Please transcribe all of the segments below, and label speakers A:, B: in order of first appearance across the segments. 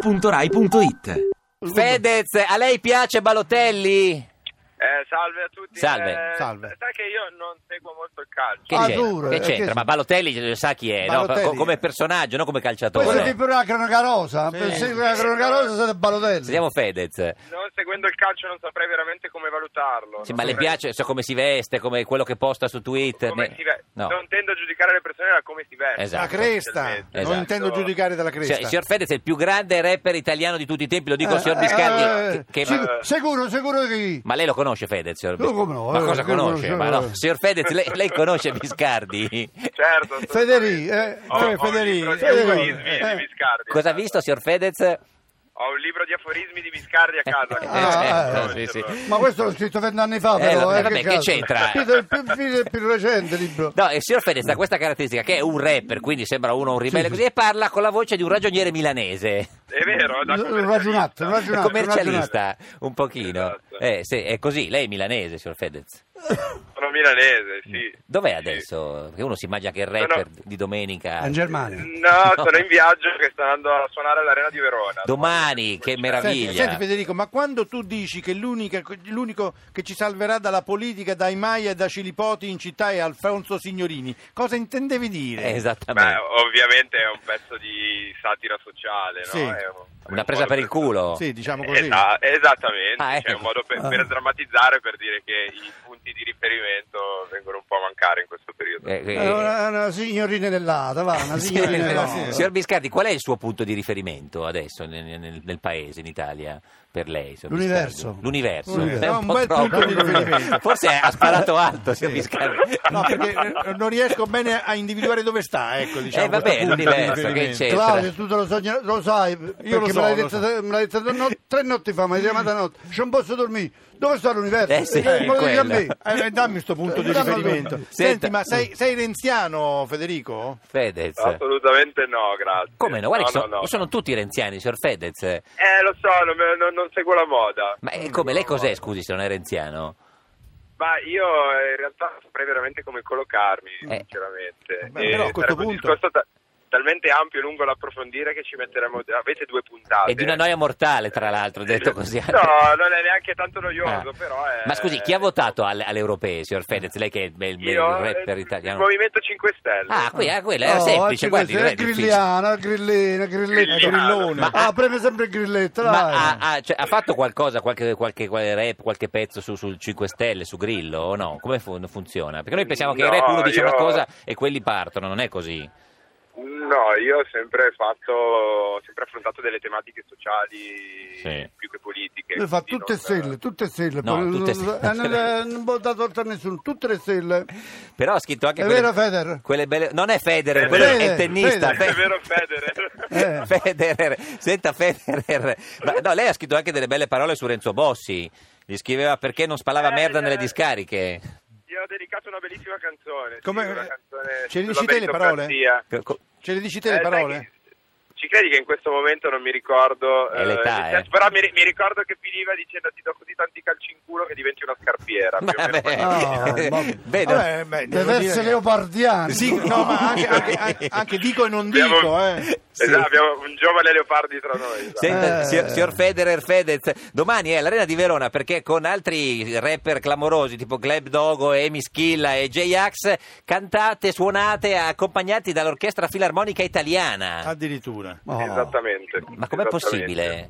A: radio2pod.rai.it
B: Fedez, a lei piace Balotelli?
C: Eh, salve a tutti.
B: Salve.
C: Eh,
D: Salve.
C: Sai che io non seguo molto il calcio.
B: Che
D: Ah,
B: c'entra?
D: duro,
B: Che
D: eh,
B: c'entra?
D: che-
B: Ma Balotelli lo sa chi è, no?
D: Balotelli. eh.
B: Co- come personaggio, non come
D: Questo
B: calciatore.
D: è più una cronacarosa. rosa. Se una cronacarosa siete Balotelli.
B: Sentiamo Fedez.
C: Non seguendo il calcio non saprei veramente come valutarlo.
B: Sì,
C: Non
B: ma le
C: saprei
B: piace so, come si veste, come quello che posta su Twitter?
C: come
B: Ne-
C: si ve-
B: No.
C: Non tendo a giudicare le persone da come si vestono.
B: Esatto.
D: La cresta.
B: Esatto.
D: Non intendo giudicare dalla
B: Cioè,
D: cresta.
B: il signor Fedez è il più grande rapper italiano di tutti i tempi, lo dico al signor
D: Eh,
B: Biscardi.
D: eh,
B: che- che-
D: sic-
B: ma...
D: Sicuro, sicuro che...
B: ma lei lo conosce Fedez? signor
D: Io
B: Bis-
D: come no,
B: Ma
D: eh,
B: cosa
D: che
B: conosce?
D: conosce-
B: Ma no, signor Fedez, lei, lei conosce Biscardi?
C: Certo.
D: Federico, eh,
C: Ho-
D: cioè,
C: ho
D: Federico,
C: un libro di
D: Federico,
C: aforismi
D: eh.
C: di Biscardi.
B: Cosa ha visto, signor Fedez?
C: Ho un libro di aforismi di Biscardi a casa.
B: Eh,
D: Ah,
B: eh,
C: eh,
B: sì, sì.
D: Ma questo l'ho scritto vent'anni fa,
B: Eh,
D: però.
B: vabbè,
D: eh,
B: vabbè, che
D: cazzo.
B: c'entra?
D: Più del più, più del più recente libro.
B: No, il signor Fedez ha questa caratteristica che è un rapper, quindi sembra uno un ribelle così, e parla con la voce di un ragioniere milanese.
C: È vero, da
D: Un
C: commercialista.
D: ragionato, un
B: Un
D: ragionato.
B: commercialista, un pochino.
C: Esatto.
B: Eh, sì, è così, lei è milanese, signor Fedez.
C: Sono milanese, sì.
B: Dov'è
C: Sì.
B: adesso? Perché uno si immagina che il
C: no.
B: rapper di domenica...
D: In Germania.
C: No, sono in viaggio che sto andando a suonare all'Arena di Verona.
B: Domani, che meraviglia!
E: Senti, senti, Federico, ma quando tu dici che l'unica- l'unico che ci salverà dalla politica, dai Maia e da Cilipoti in città è Alfonso Signorini, cosa intendevi dire?
B: Eh,
C: Beh, oh,
B: esattamente.
C: ovviamente è un pezzo di satira sociale, no?
E: Sì.
C: È un- è un
B: Una presa
C: modo
B: per il culo.
E: Sì, diciamo così.
C: Esa- esattamente,
B: Ah, ecco.
C: è un modo per, per drammatizzare, per dire che i punti di riferimento vengono un po' a mancare in questo periodo.
B: Eh, eh,
D: Eh, Una, una signorina dell'Ada, va, una signorina dell'Ada.
B: Signor Biscardi, qual è il suo punto di riferimento adesso nel, nel- nel paese, in Italia, per lei? signor
D: L'universo.
B: Biscardi? L'universo.
D: L'universo.
B: È un,
E: No, un
B: po'
E: bel
B: troppo.
E: punto di riferimento.
B: Forse ha sparato alto, signor Biscardi.
E: No, perché eh, non riesco bene a individuare dove sta, ecco, diciamo.
B: Eh, vabbè,
E: questo punto di
B: l'universo, che
E: riferimento.
B: c'è?
D: Claudio, tu te lo, sogna- lo sai,
E: lo
D: perché
E: so,
D: me l'hai
E: lo
D: detto, me l'hai detto no- tre notti fa, mi hai chiamata notte, "C'è un posto a dormire, dove sta l'universo?
B: Eh sì,
D: me lo dici a me.
B: quello.
E: Eh, eh, dammi questo punto di
D: Dammi-
E: riferimento. Senti,
B: Diciamo Senta.
E: ma sei, sei renziano, Federico?
B: Fedez.
C: Assolutamente no, grazie.
B: Come no? Guarda, che
C: no,
B: sono,
C: no, no.
B: sono tutti renziani, signor Fedez.
C: Eh, lo so, non, me- non- non seguo la moda.
B: Ma eh, come lei cos'è, scusi, se non è renziano?
C: Ma io eh, in realtà saprei veramente come collocarmi,
B: Eh.
C: sinceramente. Eh,
E: Vabbè, però a questo
C: sarebbe un
E: punto-
C: discorso ta- talmente ampio e lungo da approfondire che ci metteremo... Avete due puntate.
B: È di una noia mortale, tra l'altro, detto così.
C: Ah, Eh, No, non è neanche tanto noioso,
B: Ah.
C: però è...
B: Ma scusi, chi ha votato alle, alle europee, signor Fedez? Lei che è il, il- il
C: Io,
B: rapper
C: eh,
B: italiano.
C: Il Movimento 5 Stelle.
B: Ah, qui, ah, quella era
D: Oh,
B: semplice,
D: anche
B: guardi, non
D: questo,
B: è
D: eh,
B: difficile.
D: Grigliana, grillina, grilletto,
C: Grigliano.
D: grillone.
C: Ma-
D: ah, preme sempre il grilletto, dai.
B: Ma ha, ha- cioè, ha fatto qualcosa, qualche, qualche, qualche rap, qualche pezzo su, sul 5 Stelle, su Grillo o no? Come fun- funziona? Perché noi pensiamo che il
C: No,
B: rap uno dice
C: io-
B: una cosa e quelli partono, non è così.
C: No, io ho sempre fatto, ho sempre affrontato delle tematiche sociali
B: Sì.
C: più che politiche.
D: Lui fa
C: quindi
D: tutte
C: non-
D: stelle, tutte stelle,
B: No,
D: poi-
B: tutte stelle.
D: eh, non eh, non può dare torto a nessuno, tutte le stelle.
B: Però ha scritto anche
D: È
B: quelle,
D: vero, Federer?
B: quelle belle... Non è Federer,
C: È
B: quello
D: vero,
B: è il tennista.
D: Federer.
C: È vero Federer.
D: Eh.
B: Federer, senta Federer, ma, no, lei ha scritto anche delle belle parole su Renzo Bossi, gli scriveva perché non spalava
C: Eh,
B: merda
C: eh.
B: nelle discariche.
C: Gli ho dedicato una bellissima canzone.
E: Come-
C: sì, una canzone
E: ce le
C: sulla
E: dici te le parole?
C: meritocrazia.
B: Co- co-
E: Ce le dici
C: Eh,
E: te le
C: sai
E: parole?
C: che- Ci credi che in questo momento non mi ricordo,
B: È l'età,
C: nel senso-
B: eh.
C: però mi, ri- mi ricordo che finiva dicendo ti do così tanti calci in culo che diventi una scarpiera. più o meno.
B: Vabbè.
D: Ah, ma-
B: Eh. Vedo-
E: Vabbè, beh,
D: Le
E: devo
D: verse
E: dire-
D: leopardiane.
E: Sì, no, ma anche, anche- anche- anche dico e non
C: Abbiamo-
E: dico, eh.
C: Esatto, abbiamo un giovane leopardi tra noi. esatto.
B: Senta,
D: Eh.
B: signor, signor Federer Fedez, domani è all'Arena di Verona perché con altri rapper clamorosi tipo Gleb Dogo, Emi Schilla e J-Ax cantate, suonate, accompagnati dall'Orchestra Filarmonica Italiana.
E: Addirittura.
D: Oh.
C: Esattamente.
B: Ma com'è
C: esattamente.
B: possibile?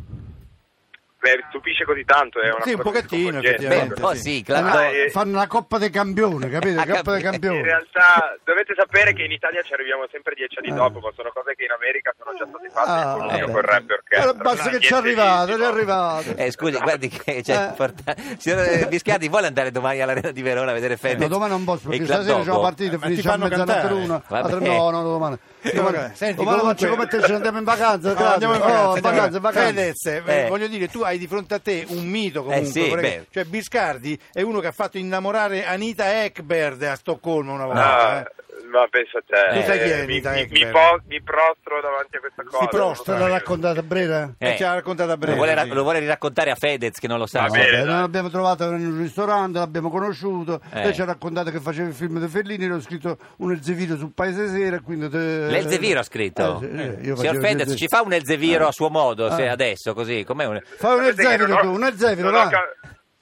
C: Beh, stupisce così tanto, è una
E: Sì, un
C: cosa
E: pochettino,
C: sconvolgente.
B: Beh, un
E: Veramente,
B: po'
E: sì.
B: sì,
D: Eh,
B: Gleb
D: ma
B: Dogo.
C: Eh,
D: fanno la coppa dei campioni, capito?
B: Ah,
D: Coppa dei
B: capito.
C: In
D: campioni.
C: realtà dovete sapere che in Italia ci arriviamo sempre dieci anni dopo, ma sono cose che in America sono già state
D: Eh. Ah,
C: fatte con
B: vabbè.
C: col rap e orchestra.
D: Eh, basta che
C: Niente
D: ci è arrivato,
C: di-
D: ci è arrivato.
B: Eh, scusi, guardi che c'è
D: Eh.
B: importante. Signor eh, Biscardi, vuole andare domani all'Arena di Verona a vedere Fedez?
D: No, Eh, domani non posso, perché
B: e Gleb
D: stasera c'è una
B: Dogo?
D: partita,
E: Ma ti
D: finisce a
E: fanno
D: mezzanotte
E: cantare?
D: l'una.
B: Va
D: Altre-
B: bene.
D: No, no, domani. Domani,
E: Senti,
D: domani
E: comunque-
D: faccio come te, ci andiamo in vacanza.
E: No, andiamo in vacanza,
D: Oh, in
E: andiamo
D: vacanza,
E: in
D: in vacanza.
E: Fedez, eh,
B: Eh.
E: voglio dire, tu hai di fronte a te un mito comunque.
B: Eh sì,
E: vorrei-
B: beh.
E: Cioè, Biscardi è uno che ha fatto innamorare Anita Ekberg a Stoccolma una volta.
C: Ah,
E: eh.
C: Ma pensa a te,
E: Tu sai chi è
C: eh,
E: in
C: mi,
E: Italia,
C: mi-
E: che
C: mi
E: bello.
C: po- mi prostro davanti a questa cosa.
E: Si prostra,
D: Te
C: non lo
D: l'ha
C: so.
D: raccontata Brera?
E: Eh, ci ha raccontato a
B: lo,
E: breve,
B: vuole, ra-
E: sì.
B: lo vuole riraccontare a Fedez che non lo sa.
C: Va bene.
D: Vabbè,
C: dai.
D: noi l'abbiamo trovata in un ristorante, l'abbiamo conosciuto,
B: Eh.
D: lei ci ha raccontato che faceva il film di Fellini, l'ho scritto un Elzeviro su Paese Sera, quindi... Te...
B: L'Elzeviro ha scritto.
D: Eh, sì, sì, io facevo
B: Signor
D: il
B: Fedez,
D: Elzeviro.
B: ci fa un Elzeviro a suo modo, se
D: Ah.
B: adesso, così. Com'è un...
E: Ah,
D: Fai un
C: Sapete che non
D: Elzeviro
C: ho-
D: tu, un Elzeviro,
C: non ho
D: va!
C: ca-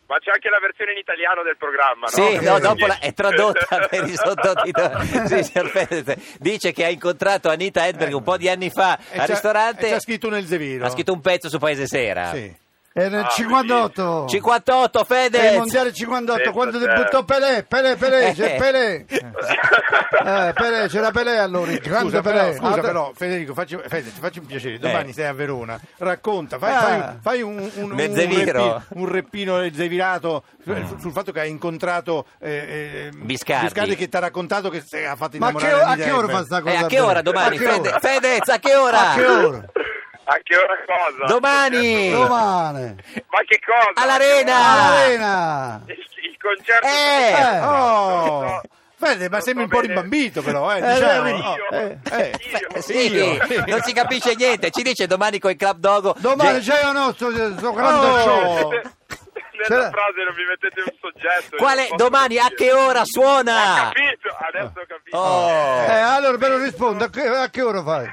C: Ma c'è anche la versione in italiano del
D: Ah,
C: programma, no?
B: Sì,
C: Che
B: no,
C: non
B: dopo la-
C: riesce.
B: è tradotta per i sottotitoli. Sì, signor Fedez. Dice che ha incontrato Anita Edberg un po' di anni fa
E: E
D: Eh,
B: al
E: c'ha-
B: ristorante.
E: e c'ha scritto un Elzeviro.
B: Ha scritto un pezzo su Paese Sera.
E: Sì.
D: Era nel
C: Ah,
D: 58!
B: 58
D: Per il
B: Fedez.
D: mondiale 58,
C: Pensa
D: quando
C: te.
E: eh.
D: debuttò Pelé, Pelé, Pelé,
B: Eh.
D: c'è Pelé! Eh, Pelé, c'era Pelé allora, il grande
E: Scusa,
D: Pelé!
E: però, scusa
D: Ah,
E: però, Federico, facci, Fede, ti faccio un piacere. Domani
B: Eh.
E: sei a Verona, racconta, fai,
D: Ah.
E: fai- fai un, un, un,
B: Mezzeviro.
E: reppi- un reppino zevirato sul, sul fatto che hai incontrato eh, eh,
B: Mm. Biscardi.
E: che ti ha raccontato che se- ha fatto
D: Ma
E: innamorare
D: che, o- a
E: Anita
D: che ora
E: Edberg.
D: fa sta
B: Eh,
D: cosa?
B: a che ora
D: Brera?
B: domani?
D: A che
B: Fede-
D: ora?
B: Fedez, a che ora?
D: A che ora?
C: A che ora cosa?
B: Domani!
D: Domani!
C: Ma che cosa?
B: All'Arena!
E: Ah.
D: All'arena!
C: Il, il concerto...
B: Eh!
D: Eh.
E: Oh.
C: No.
E: Fede, ma sembri un po'
C: bene.
E: rimbambito però, eh,
D: Eh,
E: diciamo.
D: vedi,
E: Oh,
C: eh,
E: eh.
B: Fe-
C: Io.
B: sì,
E: Io.
B: non si capisce niente. Ci dice domani con il Club Dogo.
D: Domani
B: Ge-
D: c'è il nostro eh, sto grande
E: Oh!
D: show!
C: Nella frase non mi mettete un soggetto.
B: Qual
C: io
B: è? Cioè,
C: non posso
B: Domani a
C: capire.
B: che ora
C: Ho
B: suona?
C: capito, adesso ho capito.
B: Ah. Oh.
D: Eh, allora però rispondo, a che, a che ora fai?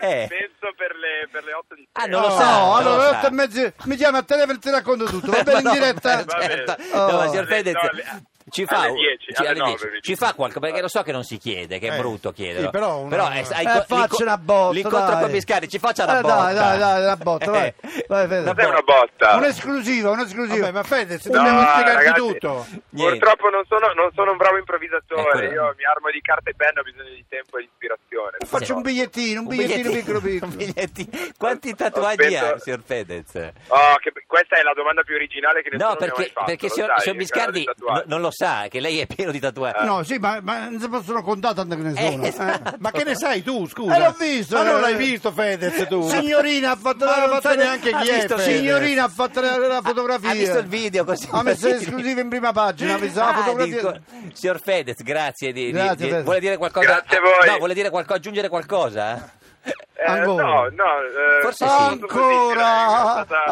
B: Eh.
C: Penso per le, per le 8 di
B: Ah,
C: sera.
B: non
D: No,
B: lo so. non lo
D: allora
B: so.
D: alle otto e mezzo mi chiami a telefono e ti racconto tutto, va bene in
B: Ma no,
C: eh,
E: eh,
D: diretta?
B: ma certo.
D: Oh.
B: No, ma signor Fedez,
C: No, alle-
B: ci fa,
C: alle
B: un-
C: 10,
B: ci,
C: alle
B: alle
C: 9,
B: 10.
C: mi
B: Ci fa qualcosa perché lo so che non si chiede, che è
E: Eh,
B: brutto chiederlo.
E: sì, però una-
B: eh,
E: Eh,
B: hai co-
D: facci
B: l'inco-
D: una botta,
B: L'incontro
D: dai.
B: con Biscardi, ci faccia
D: Eh,
B: una
D: dai,
B: botta.
D: dai, dai, una botta, vai.
B: Eh.
D: Vai, Fede.
B: Una botta.
C: Cos'è una botta?
D: Un'esclusiva, un'esclusiva.
E: Vabbè, ma Fede, se
C: No,
E: dobbiamo spiegarti
C: ragazzi,
E: tutto.
B: Niente.
C: Purtroppo non sono, non sono un bravo
B: Eh, quello-
C: improvvisatore, io mi armo di carta e penna, ho bisogno di tempo e di ispirazione.
D: Faccio un bigliettino, un bigliettino piccolo piccolo.
B: un bigliettino. Quanti tatuaggi
C: Aspetta.
B: ha, signor Fedez?
C: Oh, che- questa è la domanda più originale che nessuno
B: No,
C: mi ha
B: perché,
C: mai fatto.
B: perché
C: lo
B: signor,
C: sai,
B: signor
C: in gara di
B: Biscardi
C: tatuaggi.
B: no- non lo sa che lei è pieno di
E: Eh.
B: tatuaggi.
D: No, eh, sì, ma, ma non si possono contare tanto che ne
B: Eh,
D: sono. eh.
B: esatto.
E: Ma che ne sai tu, scusa?
D: Eh, l'ho visto,
E: Ma non
D: eh.
E: l'hai visto Fedez tu?
D: Signorina ha fatto
E: Ma
D: la
E: non
D: ha fatto
E: sai neanche Eh, chi
D: ha
E: è,
D: visto-
E: Fede.
D: Signorina ha fatto la, la fotografia.
B: Ah, Ha visto il video così.
D: Ha messo l'esclusiva in prima pagina, ha messo la
B: Ah,
D: fotografia.
B: dico- signor Fedez, grazie. di- di-
D: Grazie,
B: di-
D: Fedez.
B: vuole dire qualcosa?
C: Grazie a voi.
B: No, vuole dire qualcosa, aggiungere qualcosa?
C: Eh,
D: Ancora.
C: No, no, eh,
B: Forse sì.
C: tanto così, direi, è
D: Ancora!
C: stata-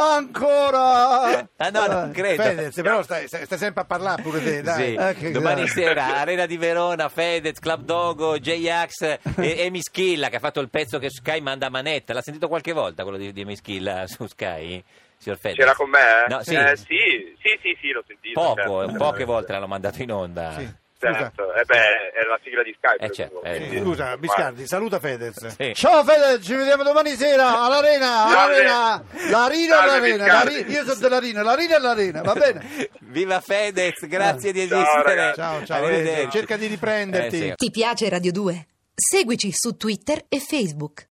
D: Ancora!
B: Ah, no, non credo.
E: Fedez, però stai, stai sempre a parlare pure te, dai. Ah,
B: Sì.
D: eh, che
B: Domani
D: grazie.
B: sera Arena di Verona, Fedez, Club Dogo, J-Ax e Emi Schilla che ha fatto il pezzo che Sky manda a manetta. L'ha sentito qualche volta quello di, di Emi Schilla su Sky? Signor Fedez?
C: C'era con me? eh?
B: No, sì.
C: Eh, sì, sì, sì, sì, l'ho sentito.
B: Poco, eh,
C: certo.
B: poche volte l'hanno mandato in onda.
E: Sì. Scusa,
C: Certo, eh beh, è la sigla di Skype.
B: Eh, certo, eh.
E: sì, scusa, Biscardi, saluta Fedez.
B: Sì.
D: Ciao Fede, ci vediamo domani sera all'arena,
C: Salve.
D: all'arena, l'arena,
C: Salve,
D: all'arena,
C: Biscardi.
D: l'arena, io sono dell'arena, l'arena, all'arena, va bene?
B: Viva Fedez, grazie di
C: Ciao,
B: esistere.
C: ragazzi.
E: Cioè. Ciao, ciao,
B: Arrivederci.
E: cerca di
B: Eh,
E: riprenderti.
B: sì.
A: Ti piace Radio 2? Seguici su Twitter e Facebook.